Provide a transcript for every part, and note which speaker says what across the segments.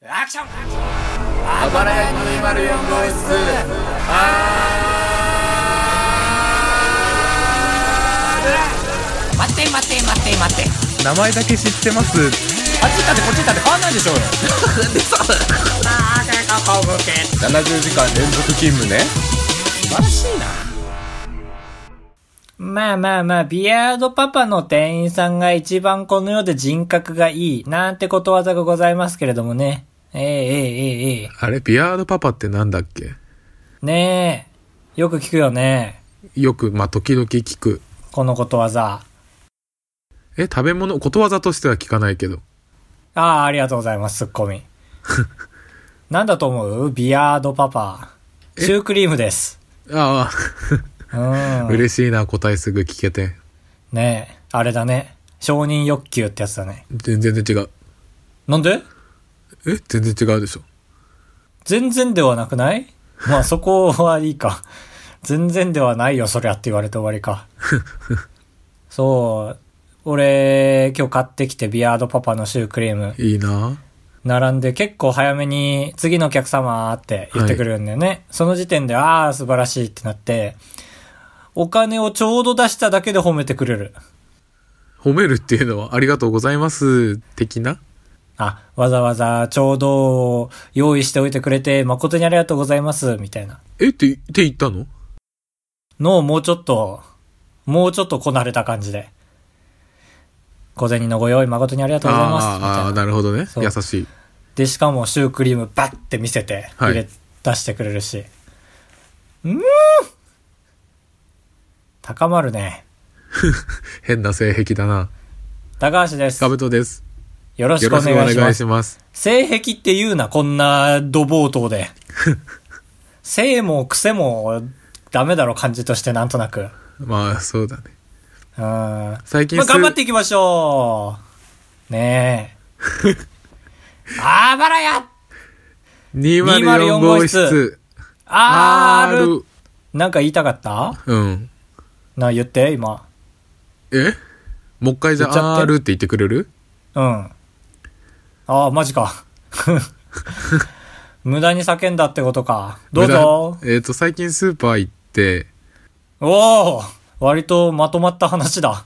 Speaker 1: アクション
Speaker 2: あばらやき204号室
Speaker 1: 待って待って待って待って
Speaker 3: 名前だけ知ってます
Speaker 1: あっち行ったってこっち行ったって変わんないでしょうよあー結構向け
Speaker 3: 70時間連続勤務ね
Speaker 1: 素晴らしいなまあまあまあ、ビアードパパの店員さんが一番この世で人格がいい、なんてことわざがございますけれどもね。ええええええ
Speaker 3: あれビアードパパってなんだっけ
Speaker 1: ねえ、よく聞くよね。
Speaker 3: よくまあ時々聞く
Speaker 1: このことわざ。
Speaker 3: え食べ物ことわざとしては聞かないけど
Speaker 1: ああ、ありがとうございます、ツッコ ミ。なんだと思うビアードパパ。
Speaker 3: え
Speaker 1: シュークリームです。
Speaker 3: あ
Speaker 1: う
Speaker 3: あ
Speaker 1: ん。
Speaker 3: 嬉しいな答えすぐ聞けて
Speaker 1: ねえ、あれだね。承認欲求ってやつだね。
Speaker 3: 全然違う
Speaker 1: なんで
Speaker 3: え全然違うでしょ
Speaker 1: 全然ではなくないまあそこはいいか。全然ではないよ、そりゃって言われて終わりか。そう。俺、今日買ってきてビアードパパのシュークリーム。
Speaker 3: いいな
Speaker 1: 並んで結構早めに次のお客様って言ってくるんだよね。その時点で、ああ、素晴らしいってなって、お金をちょうど出しただけで褒めてくれる。
Speaker 3: 褒めるっていうのはありがとうございます的な
Speaker 1: あ、わざわざちょうど用意しておいてくれて誠にありがとうございます、みたいな。
Speaker 3: えってって言ったの
Speaker 1: のをもうちょっと、もうちょっとこなれた感じで。小銭のご用意誠にありがとうございます。み
Speaker 3: あーあ
Speaker 1: た
Speaker 3: ー
Speaker 1: いな。
Speaker 3: なるほどね
Speaker 1: そう
Speaker 3: 優しい
Speaker 1: で、しかもシュークリームバッて見せて、
Speaker 3: はい
Speaker 1: 入れ、出してくれるし。うーん高まるね。
Speaker 3: 変な性癖だな
Speaker 1: 高橋です
Speaker 3: カ。ブトです
Speaker 1: よろし
Speaker 3: よ
Speaker 1: くお
Speaker 3: ろしくお
Speaker 1: 願いし
Speaker 3: 願
Speaker 1: ま
Speaker 3: い
Speaker 1: す
Speaker 3: し。ます
Speaker 1: 性癖って言うな、こんな土冒頭で。 性も癖もダメだろ、感じとしてなんとなく。
Speaker 3: まあそうだね
Speaker 1: うん。まあ
Speaker 3: 最近す
Speaker 1: 頑張っていきましょうね え。あばらや
Speaker 3: 204号室。
Speaker 1: !R! なんか言いたかった
Speaker 3: うん。
Speaker 1: な、言って、今。
Speaker 3: えもう一回じゃ
Speaker 1: 言っちゃっ
Speaker 3: あ
Speaker 1: て
Speaker 3: R って言ってくれる
Speaker 1: うん。ああ、マジか。 無駄に叫んだってことか。どうぞ。
Speaker 3: 無駄えっ、と、最近スーパー行って、
Speaker 1: おお割とまとまった話だ。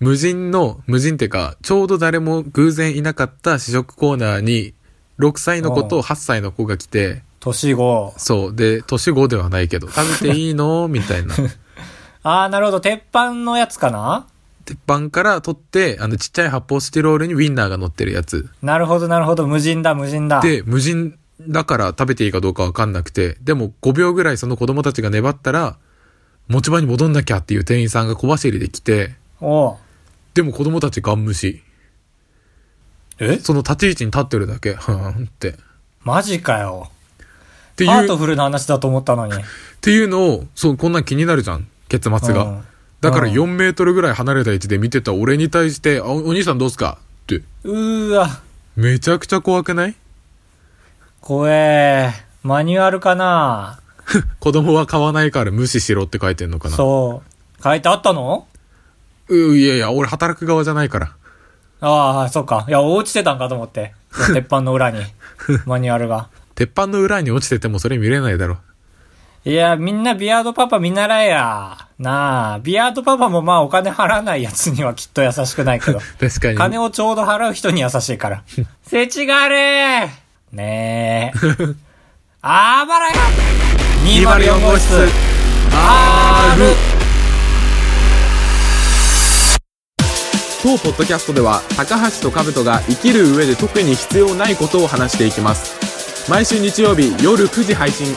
Speaker 3: 無人の、無人ってか、ちょうど誰も偶然いなかった試食コーナーに、6歳の子
Speaker 1: お
Speaker 3: と
Speaker 1: う
Speaker 3: 8歳の子が来て、
Speaker 1: 年後。
Speaker 3: そう。で、年5ではないけど、食べていい のみたいな。
Speaker 1: ああ、なるほど。鉄板のやつかな
Speaker 3: 鉄板から取って、あの、ちっちゃい発泡スチロールにウィンナーが乗ってるやつ。
Speaker 1: なるほど、なるほど。無人だ、無人だ。
Speaker 3: で、無人だから食べていいかどうかわかんなくて、でも5秒ぐらいその子供たちが粘ったら、持ち場に戻んなきゃっていう店員さんが小走りで来て、
Speaker 1: おう
Speaker 3: でも子供たちガン無視。
Speaker 1: え
Speaker 3: その立ち位置に立ってるだけ、はーんって。っ
Speaker 1: マジかよ。
Speaker 3: てい
Speaker 1: ハー
Speaker 3: う、
Speaker 1: ト
Speaker 3: っ
Speaker 1: フルな話だと思ったのに。
Speaker 3: ていうのを、そう、こんなん気になるじゃん。結末
Speaker 1: う
Speaker 3: が
Speaker 1: ん。
Speaker 3: だから
Speaker 1: うん
Speaker 3: 4メートルぐらい離れた位置で見てた俺に対して、あおお兄さんどうすかって。
Speaker 1: うーわ、
Speaker 3: めちゃくちゃ怖くない
Speaker 1: 怖え。マニュアルかな
Speaker 3: 子供は買わないから無視しろって書いてんのかな。
Speaker 1: そう。書いてあったの
Speaker 3: う。いやいや、俺働く側じゃないから。
Speaker 1: ああ、そうか。いや、落ちてたんかと思って。鉄板の 裏に。マニュアルが。
Speaker 3: 鉄板の裏に落ちててもそれ見れないだろ。
Speaker 1: いや、みんなビアードパパ見習えや。なあ、ビアードパパもまあお金払わないやつにはきっと優しくないけど。
Speaker 3: 確かに。
Speaker 1: 金をちょうど払う人に優しい から。せちがれねえ。あばらや !204 号室 R!
Speaker 2: 当ポッドキャストでは高橋と兜が生きる上で特に必要ないことを話していきます毎週日曜日夜9時配信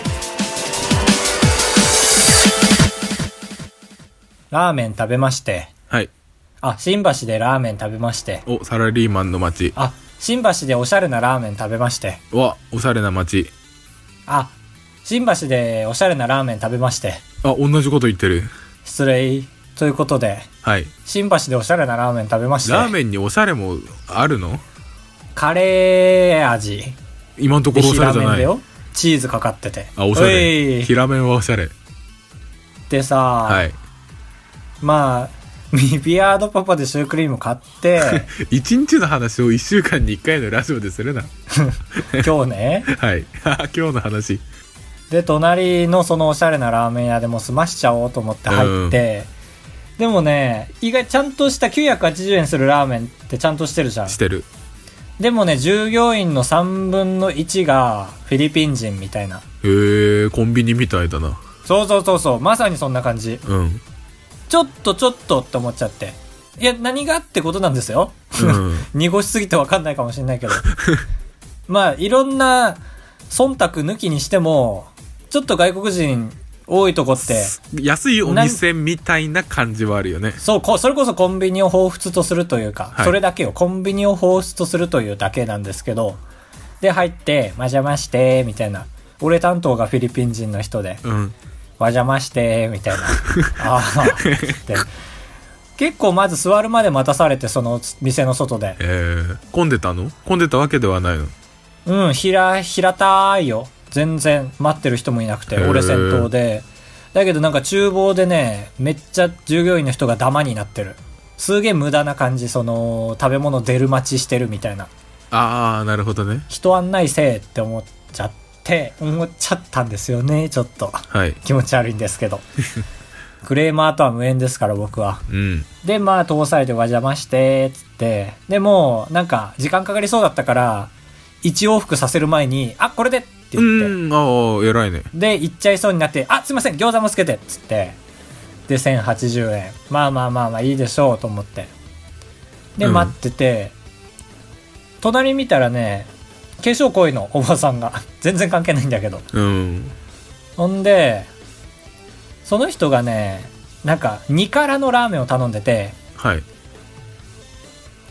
Speaker 1: ラーメン食べまして。
Speaker 3: はい。
Speaker 1: あ、新橋でラーメン食べまして。
Speaker 3: お、サラリーマンの街。
Speaker 1: あ、新橋でおしゃれなラーメン食べまして。
Speaker 3: わ、おしゃれな街。
Speaker 1: あ、新橋でおしゃれなラーメン食べまして。
Speaker 3: あ、同じこと言ってる。
Speaker 1: 失礼。ということで、
Speaker 3: はい。
Speaker 1: 新橋でおしゃれなラーメン食べまして。
Speaker 3: ラーメンにおしゃれもあるの
Speaker 1: カレー味。
Speaker 3: 今のとこ
Speaker 1: で、
Speaker 3: ろおしゃれ
Speaker 1: 平
Speaker 3: じゃ
Speaker 1: 麺
Speaker 3: な
Speaker 1: だ
Speaker 3: い。
Speaker 1: よ。チーズかかってて。
Speaker 3: あ、おしゃ
Speaker 1: お
Speaker 3: れ。
Speaker 1: い
Speaker 3: 平麺はおしゃれ。
Speaker 1: でさ、
Speaker 3: はい。
Speaker 1: まあ、ビビアードパパでシュークリーム買って、
Speaker 3: 一日の話を一週間に一回のラジオでするな。
Speaker 1: 今日ね。
Speaker 3: はい。 今日の話。
Speaker 1: で、隣のそのおしゃれなラーメン屋でもう済ましちゃおうと思って入って、でもね、意外ちゃんとした980円するラーメンってちゃんとしてるじゃん
Speaker 3: し。てる。
Speaker 1: でもね、従業員の3分の1がフィリピン人みたいな。
Speaker 3: へえー、コンビニみたいだな。
Speaker 1: そうそうそうそう、まさにそんな感じ。
Speaker 3: うん。
Speaker 1: ちょっとちょっとって思っちゃって。いや、何がってことなんですよ。
Speaker 3: うん。
Speaker 1: 濁しすぎてわかんないかもしれないけど。 まあ、いろんな忖度抜きにしても、ちょっと外国人多いとこって、
Speaker 3: 安いお店みたいな感じはあるよね。
Speaker 1: そう、こそれこそコンビニを彷彿とするというか、
Speaker 3: はい
Speaker 1: それだけをコンビニを彷彿とするというだけなんですけど、で、入って、まじゃまして、みたいな。俺担当がフィリピン人の人で、
Speaker 3: うん。
Speaker 1: わ邪魔して、みた いな。ああ、って。結構まず座るまで待たされて、その店の外で。
Speaker 3: えー、混んでたの混んでたわけではないの。
Speaker 1: うん、ひら、平たいよ。全然待ってる人もいなくて、
Speaker 3: へー
Speaker 1: 俺先頭で。だけどなんか厨房でね、めっちゃ従業員の人がダマになってる。すげえ無駄な感じ、その、食べ物出る待ちしてるみたいな。
Speaker 3: あー、なるほどね。
Speaker 1: 人案内せえって思っちゃって、思っちゃったんですよね、ちょっと。
Speaker 3: はい。
Speaker 1: 気持ち悪いんですけ ど。クレーマーとは無縁ですから、僕は。
Speaker 3: うん。
Speaker 1: で、まあ、通されてお邪魔して、つって。で、もう、なんか、時間かかりそうだったから、一往復させる前に、あ、これでって
Speaker 3: う
Speaker 1: 言って。
Speaker 3: ん、ああ、偉いね。
Speaker 1: で、行っちゃいそうになって、あ、すいません、餃子もつけてつって。で、1080円。まあまあまあまあ、いいでしょうと思って。で、
Speaker 3: うん
Speaker 1: 待ってて、隣見たらね、化粧濃いの、おばさんが。 全然関係ないんだけど。
Speaker 3: うん。
Speaker 1: ほんで、その人がね、なんか、2辛のラーメンを頼んでて、
Speaker 3: はい。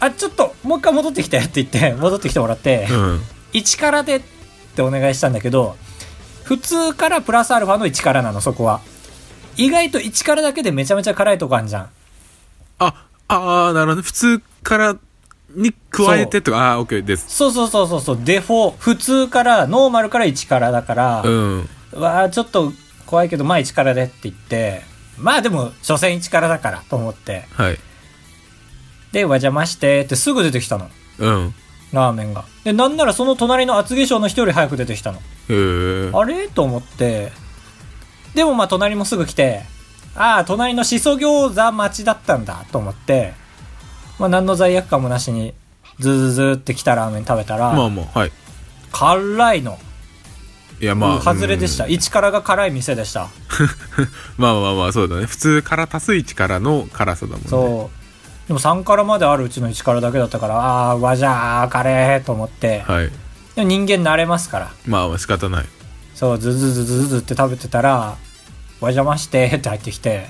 Speaker 1: あ、ちょっと、もう一回戻ってきてって言っ て、戻ってきてもらって
Speaker 3: う、ん。
Speaker 1: 1からでってお願いしたんだけど、普通からプラスアルファの1からなの、そこは。意外と1からだけでめちゃめちゃ辛いとこあんじゃん。
Speaker 3: あ、ああ、なるほど。普通からに加えてとか、ああー、オッケーです。
Speaker 1: そうそうそうそうそう、デフォ、普通から、ノーマルから1からだから、
Speaker 3: うん。
Speaker 1: わあちょっと怖いけど、まあ1からでって言って、まあでも、所詮1からだからと思って、
Speaker 3: はい。
Speaker 1: で、お邪魔してってすぐ出てきたの、
Speaker 3: うん。
Speaker 1: ラーメンが。で、なんならその隣の厚化粧の人より早く出てきたの。
Speaker 3: へえ。
Speaker 1: あれと思って。でもまあ隣もすぐ来て、ああ、隣のしそ餃子待ちだったんだと思って、まあ何の罪悪感もなしに、ズズズって来たラーメン食べたら、
Speaker 3: まあまあ、はい。
Speaker 1: 辛いの。
Speaker 3: いや、まあ。
Speaker 1: 外れでした。
Speaker 3: うん
Speaker 1: 一からが辛い店でした。
Speaker 3: まあまあまあ、そうだね。普通から足す1からの辛さだもんね。
Speaker 1: そう。でも3からまであるうちの1からだけだったから、ああ、わじゃあ、カレーと思って。
Speaker 3: はい。
Speaker 1: でも人間慣れますから。
Speaker 3: まあまあ仕方ない。
Speaker 1: そう、ズズズズズって食べてたら、お邪魔してって入ってきて、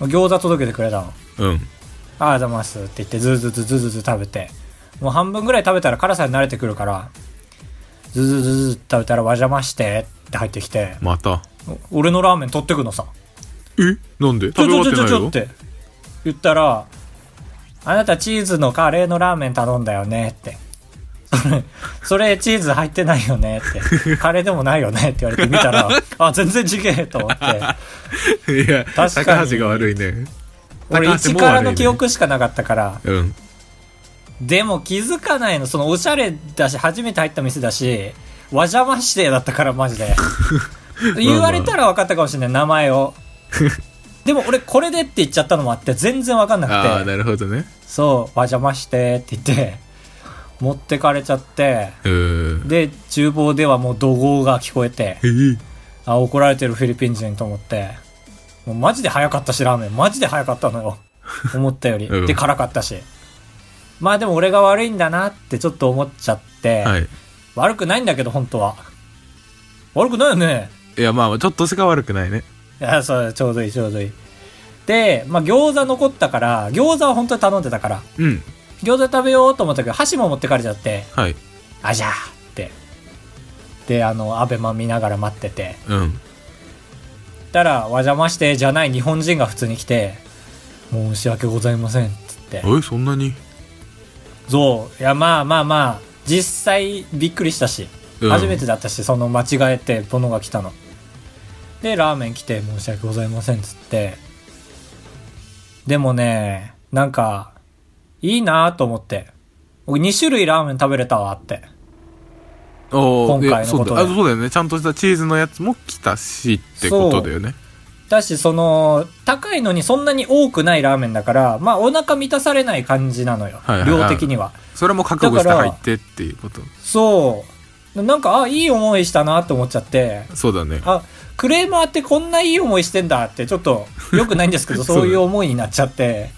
Speaker 1: 餃子届けてくれたの。
Speaker 3: うん。
Speaker 1: ああざますって言って、ズズズズズズ食べて、もう半分ぐらい食べたら辛さに慣れてくるから、ズズズズズって食べたら、お邪魔してって入ってきて、
Speaker 3: また。
Speaker 1: お俺のラーメン取ってくのさ。
Speaker 3: えなんで
Speaker 1: ちょち
Speaker 3: 食べ終
Speaker 1: ょ
Speaker 3: わっ
Speaker 1: ちょち
Speaker 3: て
Speaker 1: ょ
Speaker 3: ない
Speaker 1: ちょ
Speaker 3: よ
Speaker 1: っ。て言ったら、あなたチーズのカレーのラーメン頼んだよねって。それ、それチーズ入ってないよねって。カレーでもないよねって言われて見たら、あ、全然違えと思って。
Speaker 3: いや、
Speaker 1: 確かに
Speaker 3: 高橋が悪いね。
Speaker 1: 俺
Speaker 3: 高橋
Speaker 1: 1
Speaker 3: も悪いね
Speaker 1: からの記憶しかなかったから。
Speaker 3: うん。
Speaker 1: でも気づかないの。そのおしゃれだし、初めて入った店だし、わじゃましてだったからマジ で。言われたら分かったかもしれない、名前を。でも俺これでって言っちゃったのもあって、全然分かんなくて。
Speaker 3: ああ、なるほどね。
Speaker 1: そう、わ邪魔してって言って、持ってかれちゃって、
Speaker 3: うーん。
Speaker 1: で、厨房ではもう怒号が聞こえて、
Speaker 3: えー
Speaker 1: あ、怒られてるフィリピン人と思って、もうマジで早かったし、ラーメン。マジで早かった のよ。思ったより。
Speaker 3: うん
Speaker 1: で、辛かったし。まあでも俺が悪いんだなってちょっと思っちゃって、
Speaker 3: はい。
Speaker 1: 悪くないんだけど、本当は。悪くないよね。
Speaker 3: いや、まあまあ、ちょっとしか悪くないね。
Speaker 1: いや、そう、ちょうどいい、ちょうどいい。で、まあ餃子残ったから、餃子は本当に頼んでたから、
Speaker 3: うん。
Speaker 1: 餃子食べようと思ったけど、箸も持ってかれちゃって、
Speaker 3: はい。
Speaker 1: あじゃーって。で、あの、アベマ見ながら待ってて。
Speaker 3: うん。
Speaker 1: たら、わ邪魔してじゃない日本人が普通に来て、申し訳ございません、つって。
Speaker 3: え、そんなに
Speaker 1: そう、いや、まあまあまあ、実際びっくりしたし、
Speaker 3: うん
Speaker 1: 初めてだったし、その間違えてものが来たの。で、ラーメン来て、申し訳ございません、つって。でもね、なんか、いいなと思って。俺2種類ラーメン食べれたわって。
Speaker 3: おー
Speaker 1: 今回のことで
Speaker 3: いやそうだあそうだよねちゃんとしたチーズのやつも来たしってことだよね
Speaker 1: だし、その、高いのにそんなに多くないラーメンだから、まあお腹満たされない感じなのよ
Speaker 3: はいは。いはい
Speaker 1: 量的には。
Speaker 3: それも覚悟して入ってっていうこと
Speaker 1: そう。なんか、あ、いい思いしたなと思っちゃって、
Speaker 3: そうだね
Speaker 1: あ、クレーマーってこんないい思いしてんだって、ちょっと良くないんです けど、
Speaker 3: そうだ
Speaker 1: そういう思いになっちゃって。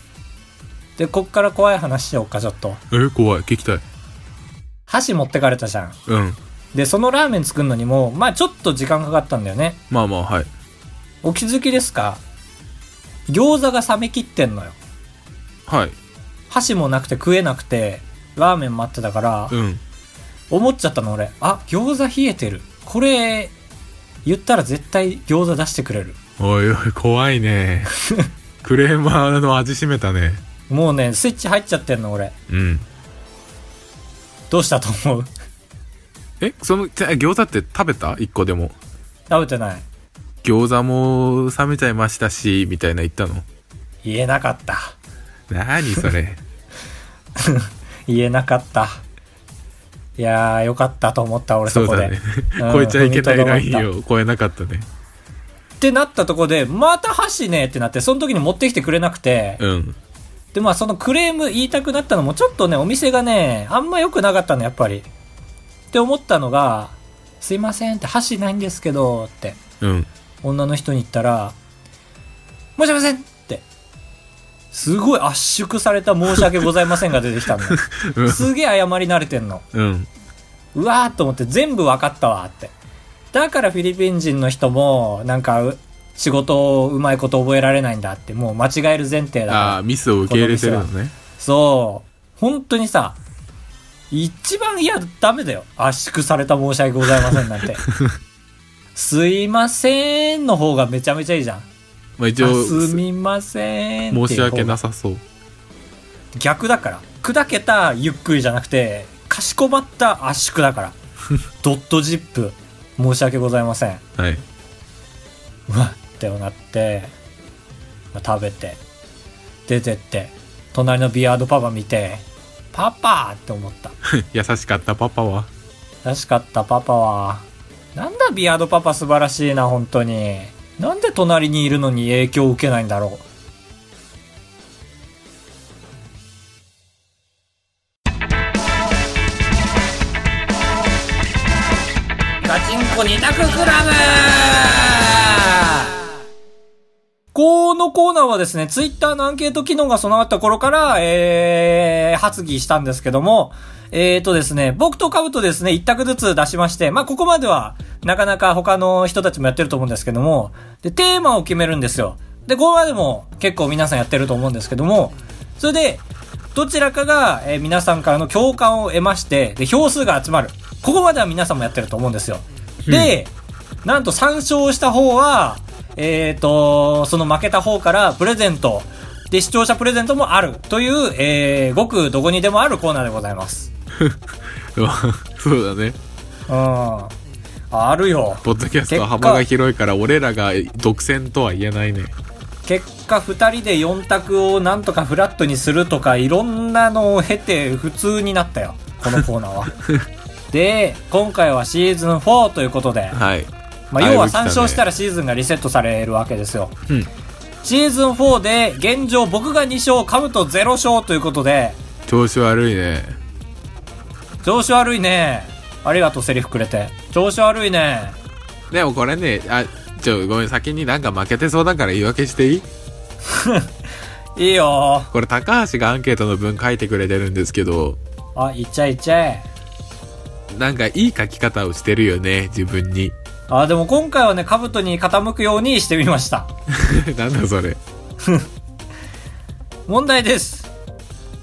Speaker 1: で、こっから怖い話しようか、ちょっと。
Speaker 3: え怖い聞きたい
Speaker 1: 箸持ってかれたじゃん。
Speaker 3: うん
Speaker 1: で、そのラーメン作るのにも、まあちょっと時間かかったんだよね。
Speaker 3: まあまあはい
Speaker 1: お気づきですか餃子が冷め切ってんのよ。
Speaker 3: はい
Speaker 1: 箸もなくて食えなくて、ラーメン待ってたから、
Speaker 3: うん
Speaker 1: 思っちゃったの俺。あ、餃子冷えてる。これ、言ったら絶対餃子出してくれる。
Speaker 3: おいおい怖いねクレーマーの味しめたね
Speaker 1: もうね、スイッチ入っちゃってんの俺。
Speaker 3: うん
Speaker 1: どうしたと思う
Speaker 3: えそのじゃあ餃子って食べた一個でも
Speaker 1: 食べてない。
Speaker 3: 餃子も冷めちゃいましたしみたいな言ったの
Speaker 1: 言えなかった。
Speaker 3: 何そ れ
Speaker 1: 言えなかった。いやー、よかったと思った俺
Speaker 3: そ
Speaker 1: そうこ
Speaker 3: だ
Speaker 1: で
Speaker 3: ね。超えちゃいけないライ
Speaker 1: よ
Speaker 3: ンを超えなかったね
Speaker 1: ってなったとこで、また箸ねってなって、その時に持ってきてくれなくて、
Speaker 3: うん
Speaker 1: で、まあそのクレーム言いたくなったのも、ちょっとね、お店がね、あんま良くなかったの、やっぱり。って思ったのが、すいませんって、箸ないんですけど、って、
Speaker 3: うん
Speaker 1: 女の人に言ったら、申し訳ございませんって、すごい圧縮された申し訳ございませんが出てきたの。すげえ謝り慣れてんの。
Speaker 3: うん
Speaker 1: うわーと思って全部分かったわって。だからフィリピン人の人も、なんかう、仕事をうまいこと覚えられないんだって、もう間違える前提だ
Speaker 3: あ
Speaker 1: か
Speaker 3: あミスを受け入れてるのね
Speaker 1: ら。そう。本当にさ、一番、いや、ダメだよ。圧縮された申し訳ございませんなんて。すいませんの方がめちゃめちゃいいじゃん。
Speaker 3: まあ一応
Speaker 1: あすみませんっていう方が。
Speaker 3: 申し訳なさそう
Speaker 1: 逆だから砕けたゆっくりじゃなくてかしこまった圧縮だ からドットジップ申し訳ございません
Speaker 3: はいう
Speaker 1: わってなって、まあ食べて出てって隣のビアードパパ見てパパって思った
Speaker 3: 優しかったパパは
Speaker 1: らしかったパパはなんだビアードパパ素晴らしいな本当になんで隣にいるのに影響を受けないんだろうガチンコ二択クラブこのコーナーはですね、ツイッターのアンケート機能が備わった頃から、えー、発議したんですけども、えーとですね、僕とカブとですね、一択ずつ出しまして、まあ、ここまでは、なかなか他の人たちもやってると思うんですけども、で、テーマを決めるんですよ。で、ここまでも結構皆さんやってると思うんですけども、それで、どちらかが、えー皆さんからの共感を得まして、で、票数が集まる。ここまでは皆さんもやってると思うんですよ。で、なんと3勝した方は、えーと、その負けた方からプレゼント、で、視聴者プレゼントもあるという、えー、ごくどこにでもあるコーナーでございます。
Speaker 3: うわそうだね
Speaker 1: うん。ああるよ。
Speaker 3: ポッドキャストは幅が広いから俺らが独占とは言えないね
Speaker 1: 結果2人で4択をなんとかフラットにするとかいろんなのを経て普通になったよこのコーナーはで今回はシーズン4ということで、
Speaker 3: はい
Speaker 1: まあ、要は
Speaker 3: だいぶ来た
Speaker 1: 3
Speaker 3: ね
Speaker 1: 勝したらシーズンがリセットされるわけですよ、
Speaker 3: うん
Speaker 1: シーズン4で現状僕が2勝カブと0勝ということで
Speaker 3: 調子悪いね
Speaker 1: 調子悪いねありがとうセリフくれて調子悪いね
Speaker 3: でもこれねあちょごめん先になんか負けてそうだから言い訳していい
Speaker 1: いいよ
Speaker 3: これ高橋がアンケートの文書いてくれてるんですけど
Speaker 1: あいっちゃいっちゃえ
Speaker 3: なんかいい書き方をしてるよね自分に
Speaker 1: あでも今回はねカブトに傾くようにしてみました
Speaker 3: なんだそれ
Speaker 1: 問題です。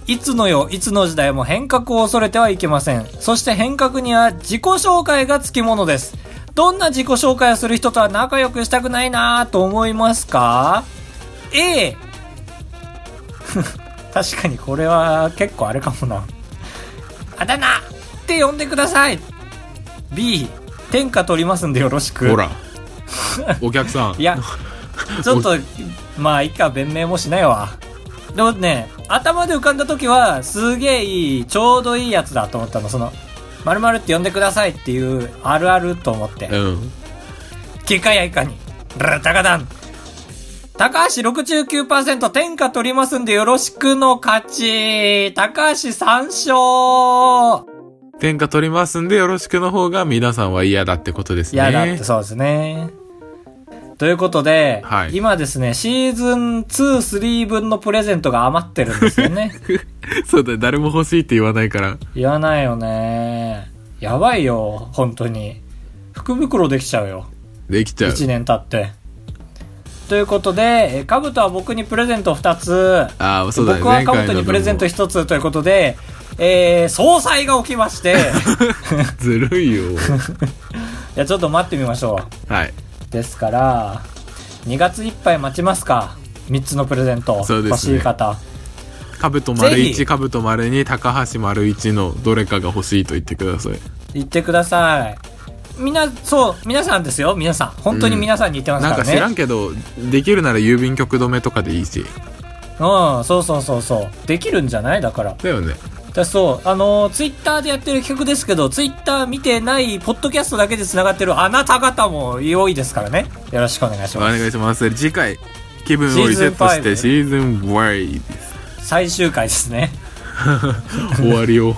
Speaker 1: いつの世、いつの時代も変革を恐れてはいけません。そして変革には自己紹介がつきものです。どんな自己紹介をする人とは仲良くしたくないなぁと思いますか ?A。確かにこれは結構あれかもな。あだ名って呼んでください。B。天下取りますんでよろしく。
Speaker 3: ほ。らお客さん
Speaker 1: いや、ちょっと、まあ、いいか、弁明もしないわ。でもね、頭で浮かんだ時は、すげえいい、ちょうどいいやつだと思ったの、その、まるって呼んでくださいっていう、あるあると思って。
Speaker 3: うん。
Speaker 1: 結果やいかに。ラタカダン。高橋69%天下取りますんでよろしくの勝ち。高橋3勝。
Speaker 3: 天下取りますんでよろしくの方が皆さんは嫌だってことです
Speaker 1: い
Speaker 3: ね。
Speaker 1: や、だってそうですね。ということで、
Speaker 3: はい
Speaker 1: 今ですね、シーズン2、3分のプレゼントが余ってるんですよ ね。
Speaker 3: そうだよ、誰も欲しいって言わないから。
Speaker 1: 言わないよね。やばいよ、本当に。福袋できちゃうよ。
Speaker 3: できちゃう。
Speaker 1: 1年経って。ということで、えーカブトは僕にプレゼント2つ。
Speaker 3: ああ、そうだよ、ね、
Speaker 1: 僕はカブトにプレゼント
Speaker 3: 前
Speaker 1: 一つということで、えー、総裁が起きま して、
Speaker 3: 回の分もずるい よ。
Speaker 1: いや、ちょっと待ってみましょ
Speaker 3: はい。
Speaker 1: う。ですから、2月いっぱい待ちますか。3つのプレゼント。
Speaker 3: そうですね
Speaker 1: 欲しい方。
Speaker 3: かぶと丸
Speaker 1: ぜひ
Speaker 3: 一、かぶと丸二、高橋丸一のどれかが欲しいと言ってください。
Speaker 1: 言ってください。みんな、そう、皆さんですよ、皆さん。本当に皆さんに言ってます
Speaker 3: なん
Speaker 1: か
Speaker 3: から
Speaker 1: ね。
Speaker 3: 知らんけど、できるなら郵便局止めとかでいいし。
Speaker 1: うん、そうそうそうそう。できるんじゃないだから。
Speaker 3: だよね。
Speaker 1: だそう、あのツイッター Twitter でやってる企画ですけど、ツイッター見てない、ポッドキャストだけで繋がってるあなた方も良いですからね。よろしくお願いします
Speaker 3: お。願いします。次回、気分をリセットしてシーズン5です。
Speaker 1: 最終回ですね
Speaker 3: 終わりを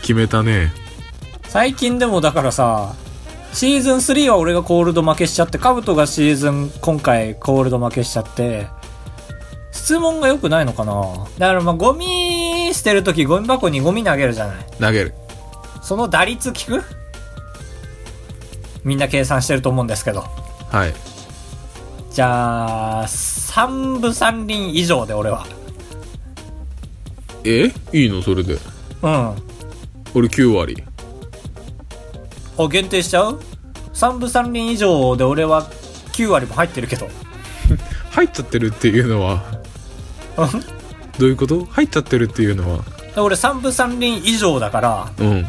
Speaker 3: 決めたね。
Speaker 1: 最近でもだからさシーズン3は俺がコールド負けしちゃってカブトがシーズン今回コールド負けしちゃって質問が良くないのかなだからまあゴミ捨てるときゴミ箱にゴミ投げるじゃない
Speaker 3: 投げる。
Speaker 1: その打率聞くみんな計算してると思うんですけど
Speaker 3: はい。
Speaker 1: じゃあ3分3輪以上で俺は
Speaker 3: えいいのそれで。
Speaker 1: うん
Speaker 3: 俺9割。
Speaker 1: あ、限定しちゃう ?3 分3輪以上で俺は9割も入ってるけど。
Speaker 3: 入っちゃってるっていうのは、
Speaker 1: うん
Speaker 3: どういうこと入っちゃってるっていうのは、
Speaker 1: 俺3分3輪以上だから、
Speaker 3: うん。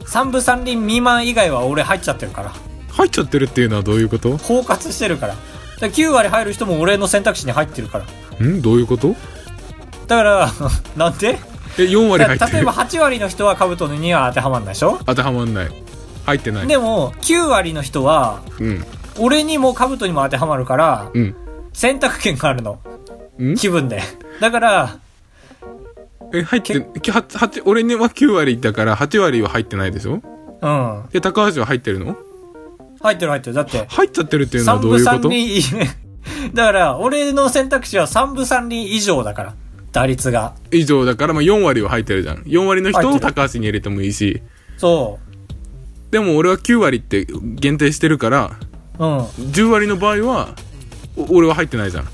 Speaker 1: 3分3輪未満以外は俺入っちゃってるから。
Speaker 3: 入っちゃってるっていうのはどういうこと
Speaker 1: 包括してるから。だから9割入る人も俺の選択肢に入ってるから。
Speaker 3: んどういうこと
Speaker 1: だから、 なんで
Speaker 3: え、4割入
Speaker 1: だ
Speaker 3: って
Speaker 1: から
Speaker 3: る。
Speaker 1: 例えば8割の人はカブトには当てはまんないでしょ
Speaker 3: 当てはまんない入ってない
Speaker 1: でも、9割の人は、
Speaker 3: うん
Speaker 1: 俺にもカブトにも当てはまるから、
Speaker 3: うん
Speaker 1: 選択権があるの。
Speaker 3: ん
Speaker 1: 気分で。だから、
Speaker 3: え入ってきはは俺には9割だから8割は入ってないでしょ
Speaker 1: うん。
Speaker 3: で高橋は入ってるの
Speaker 1: 入ってる入ってる。だって、
Speaker 3: 入っちゃってるっていうのは
Speaker 1: 三
Speaker 3: どう
Speaker 1: 分
Speaker 3: いうこ
Speaker 1: 三
Speaker 3: と
Speaker 1: 厘以 だから、俺の選択肢は三分三厘以上だから。打率が。
Speaker 3: 以上だから、まあ、4割は入ってるじゃん4割の人
Speaker 1: 入
Speaker 3: を
Speaker 1: ってる
Speaker 3: 高橋に入れてもいいし
Speaker 1: そ
Speaker 3: でも俺は9割って限定してるから
Speaker 1: う。うん。
Speaker 3: 10割の場合はお俺は入ってないじゃん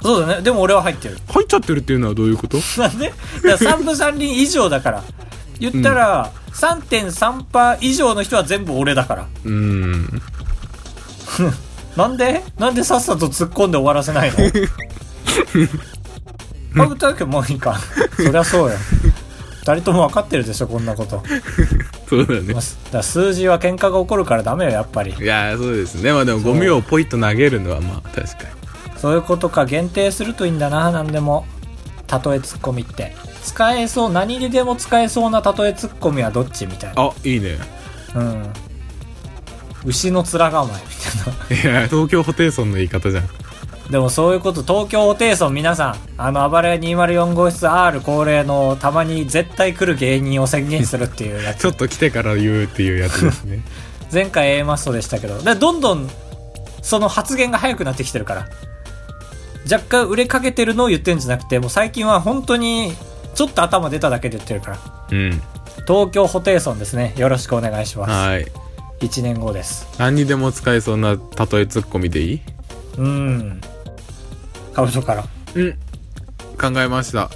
Speaker 1: そうだね。でも俺は入ってる。
Speaker 3: 入っちゃってるっていうのはどういうこと
Speaker 1: なんでだから3分3厘以上だから。言ったら、3.3%以上の人は全部俺だから。
Speaker 3: うーん
Speaker 1: なんでなんでさっさと突っ込んで終わらせないのカブト君もういいか。そりゃそうよ。誰とも分かってるでしょ、こんなこと。
Speaker 3: そうだね
Speaker 1: まあすだから数字は喧嘩が起こるからダメよ、やっぱり。
Speaker 3: いやーそうですねまあでもゴミをポイッと投げるのはまあ確かに
Speaker 1: そういうことか限定するといいんだな何でも例えツッコミって使えそう何にでも使えそうな例えツッコミはどっちみたいな
Speaker 3: あいいね
Speaker 1: うん牛の面構えみたい
Speaker 3: いや東京ホテイソンの言い方じゃん
Speaker 1: な でもそういうこと東京ホテイソン皆さんあの暴れ204号室 R 恒例のたまに絶対来る芸人を宣言するっていうやつ
Speaker 3: ちょっと来てから言うっていうやつですね
Speaker 1: 前回 A マストでしたけどでどんどんその発言が早くなってきてるから若干売れかけてるのを言ってるんじゃなくてもう最近は本当にちょっと頭出ただけで言ってるから
Speaker 3: うん
Speaker 1: 東京ホテイソンですねよろしくお願いしま
Speaker 3: はい
Speaker 1: す1年後です
Speaker 3: 何にでも使えそうな例えツッコミでいい
Speaker 1: うん彼女から
Speaker 3: うん考えました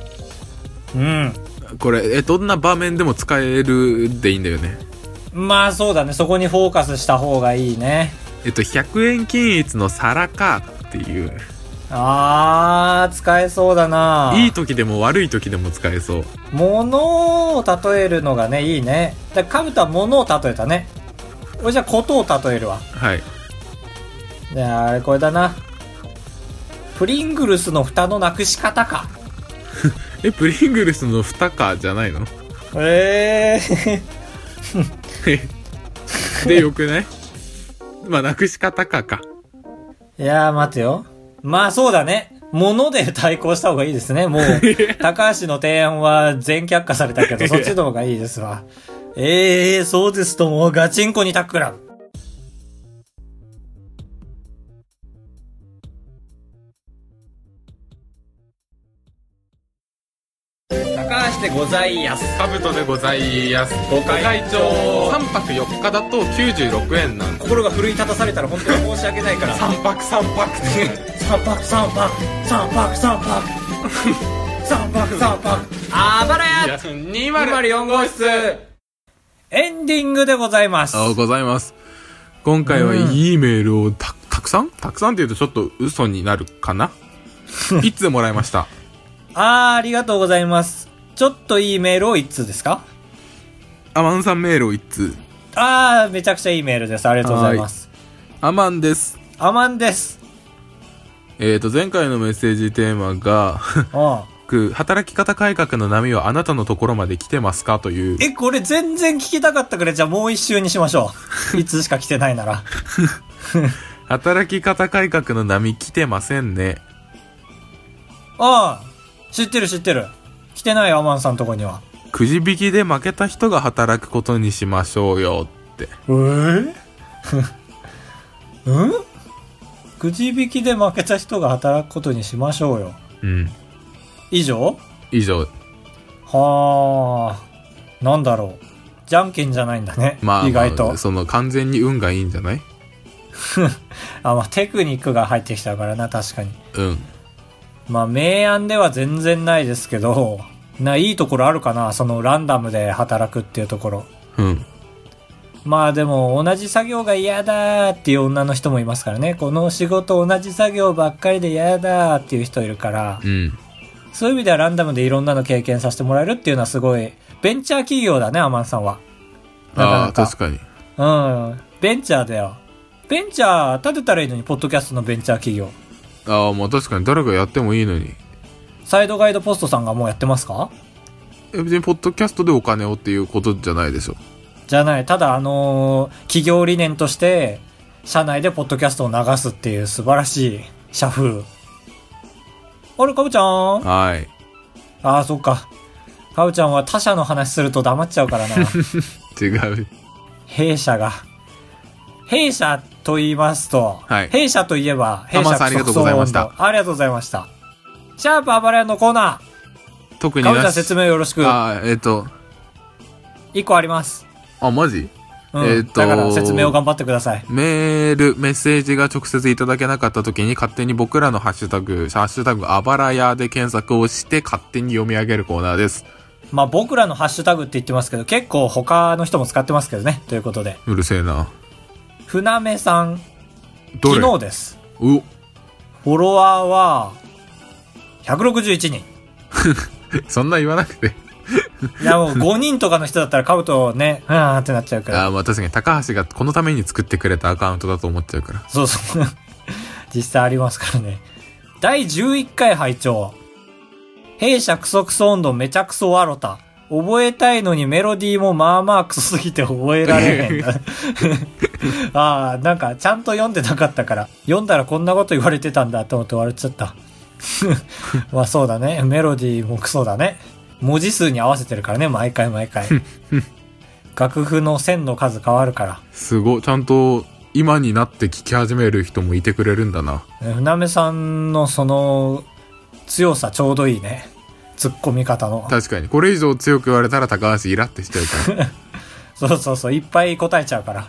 Speaker 1: うん
Speaker 3: これえどんな場面でも使えるでいいんだよね
Speaker 1: まあそうだねそこにフォーカスした方がいいね
Speaker 3: えっと100円均一の皿かっていう
Speaker 1: あー使えそうだない
Speaker 3: い時でも悪い時でも使えそう
Speaker 1: 物を例えるのがねいいねだからカブトは物を例えたね俺じゃあことを例えるわ
Speaker 3: はい
Speaker 1: ねあれこれだなプリングルスの蓋のなくし方か
Speaker 3: え、プリングルスの蓋かじゃないの
Speaker 1: ええ
Speaker 3: で、よくないまあ、なくし方かか。
Speaker 1: いやー、待てよ。まあそうだね。物で対抗した方がいいですね。も う、高橋の提案は全却下された けど、そっちの方がいいですわ。ええー、そうですとも、ガチンコにタックラン。高橋でございやす。
Speaker 3: カブトでございやす。ご会長。3泊4日だと96円なんだ。
Speaker 1: 心が奮い立たされたら本当に申し訳ないから。
Speaker 3: 3泊3泊って。
Speaker 1: 三泊三泊、三泊三 泊。三泊三泊。あばらや
Speaker 3: 204号室
Speaker 1: エンディングでございます。
Speaker 3: あございます。今回は
Speaker 1: うん
Speaker 3: いいメールをたたくさんたくさんって言うとちょっと嘘になるか な一通もらいました。
Speaker 1: あー、ありがとうございます。ちょっといいメールを一通ですか
Speaker 3: アマンさんメールを一通。
Speaker 1: あー、めちゃくちゃいいメールです。ありがとうございます。
Speaker 3: アマンです。
Speaker 1: アマンです。
Speaker 3: えーと、前回のメッセージテーマが、
Speaker 1: うん。
Speaker 3: 働き方改革の波はあなたのところまで来てますかという。
Speaker 1: え、これ全然聞きたかったから、じゃあもう一周にしましょ う。いつしか来てないなら。
Speaker 3: 働き方改革の波来てませんね。
Speaker 1: あー、知ってる知ってる。来てないよアマンさんとこには。
Speaker 3: くじ引きで負けた人が働くことにしましょうよって。
Speaker 1: えー、 うんくじ引きで負けた人が働くことにしましょうよ。
Speaker 3: うん。
Speaker 1: 以上
Speaker 3: 以上。
Speaker 1: はあ、なんだろう。じゃんけんじゃないんだね。
Speaker 3: まあ、
Speaker 1: 意外と。
Speaker 3: まあその完全に運がいいんじゃない
Speaker 1: あ、まあ、テクニックが入ってきたからな、確かに。
Speaker 3: うん。
Speaker 1: まあ、明暗では全然ないですけど、な、いいところあるかな、そのランダムで働くっていうところ。
Speaker 3: うん。
Speaker 1: まあでも、同じ作業が嫌だーっていう女の人もいますからね。この仕事同じ作業ばっかりで嫌だーっていう人いるから、
Speaker 3: うん。
Speaker 1: そういう意味ではランダムでいろんなの経験させてもらえるっていうのはすごい、ベンチャー企業だね、アマンさんは。なか
Speaker 3: ああ
Speaker 1: な
Speaker 3: ー、
Speaker 1: か
Speaker 3: 確かに。
Speaker 1: うん。ベンチャーだよ。ベンチャー立てたらいいのに、ポッドキャストのベンチャー企業。
Speaker 3: ああ、まあ確かに誰がやってもいいのに。
Speaker 1: サイドガイドポストさんがもうやってますか
Speaker 3: え別にポッドキャストでお金をっていうことじゃないでしょ。
Speaker 1: じゃない。ただ、あのー企業理念として、社内でポッドキャストを流すっていう素晴らしい社風。あれ、かぶちゃんあ
Speaker 3: はい。
Speaker 1: あー、そっか。かぶちゃんは他社の話すると黙っちゃう からな。
Speaker 3: 違う。
Speaker 1: 弊社が。弊社と言いますと、
Speaker 3: はい
Speaker 1: 弊社といえば、弊社
Speaker 3: 浜田さんありがとうございました
Speaker 1: 即答温度ありがとうございました。シャープアバレアのコーナ
Speaker 3: 特
Speaker 1: ー、
Speaker 3: に
Speaker 1: かぶちゃ
Speaker 3: なんし
Speaker 1: 説明よろしく。
Speaker 3: ああ、えっ、と、
Speaker 1: 一個あります。
Speaker 3: あ、マジ
Speaker 1: うん。
Speaker 3: えーと
Speaker 1: だから説明を頑張ってください。
Speaker 3: メール、メッセージが直接いただけなかった時に勝手に僕らのハッシュタグ、ハッシュタグあばらやで検索をして勝手に読み上げるコーナーです。
Speaker 1: まあ僕らのハッシュタグって言ってますけど、結構他の人も使ってますけどね。ということで。
Speaker 3: うるせえな。
Speaker 1: 船目さん、
Speaker 3: どれ
Speaker 1: 昨日です。
Speaker 3: う、
Speaker 1: フォロワーは、161人。
Speaker 3: そんな言わなくて。
Speaker 1: いやもう5人とかの人だったら買うとね、うーんってなっちゃうから。
Speaker 3: ああ、まあ確かに高橋がこのために作ってくれたアカウントだと思っちゃうから。
Speaker 1: そうそう。実際ありますからね。第11回拝聴弊社クソクソ温度めちゃクソワロタ。覚えたいのにメロディーもまあまあクソすぎて覚えられへん。ああ、なんかちゃんと読んでなかったから、読んだらこんなこと言われてたんだと思って笑っちゃった。 まあそうだね。メロディーもクソだね。文字数に合わせてるからね、毎回毎回。楽譜の線の数変わるから。
Speaker 3: すごい、ちゃんと今になって聞き始める人もいてくれるんだな。
Speaker 1: 船目さんのその強さちょうどいいね突っ込み方の
Speaker 3: 確かに。これ以上強く言われたら高橋イラってしちゃうから。
Speaker 1: そうそうそういっぱい答えちゃうから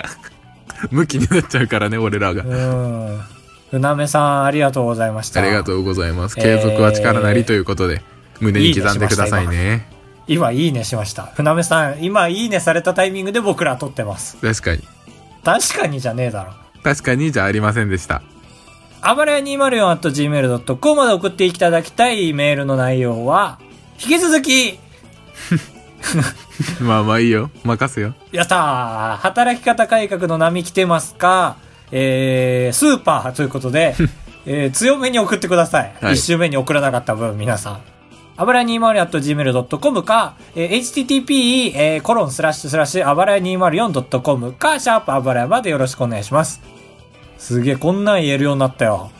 Speaker 3: 向きになっちゃうからね、俺らが
Speaker 1: う。ん船目さんありがとうございました
Speaker 3: ありがとうございます。
Speaker 1: えー
Speaker 3: 継続は力なりということで、胸に刻んでください
Speaker 1: いい
Speaker 3: ね。
Speaker 1: 今いいねしました船目さん今いいねされたタイミングで僕ら撮ってます
Speaker 3: 確かに。
Speaker 1: 確かにじゃねえだろ
Speaker 3: 確かにじゃありませんでした。
Speaker 1: あばらや 204.gmail.com まで送っていただきたいメールの内容は引き続き
Speaker 3: まあまあいいよ。任せよ。
Speaker 1: やったー働き方改革の波来てますかえー、スーパーということで、えー強めに送ってください。一
Speaker 2: はい
Speaker 1: 周目に送らなかった分、皆さん。あばらや 20.gmail.com か、えー http、えーコロンスラッシュスラッシュ、あばらや 204.com か、シャープあばらやまでよろしくお願いします。すげえ、こんなん言えるようになったよ。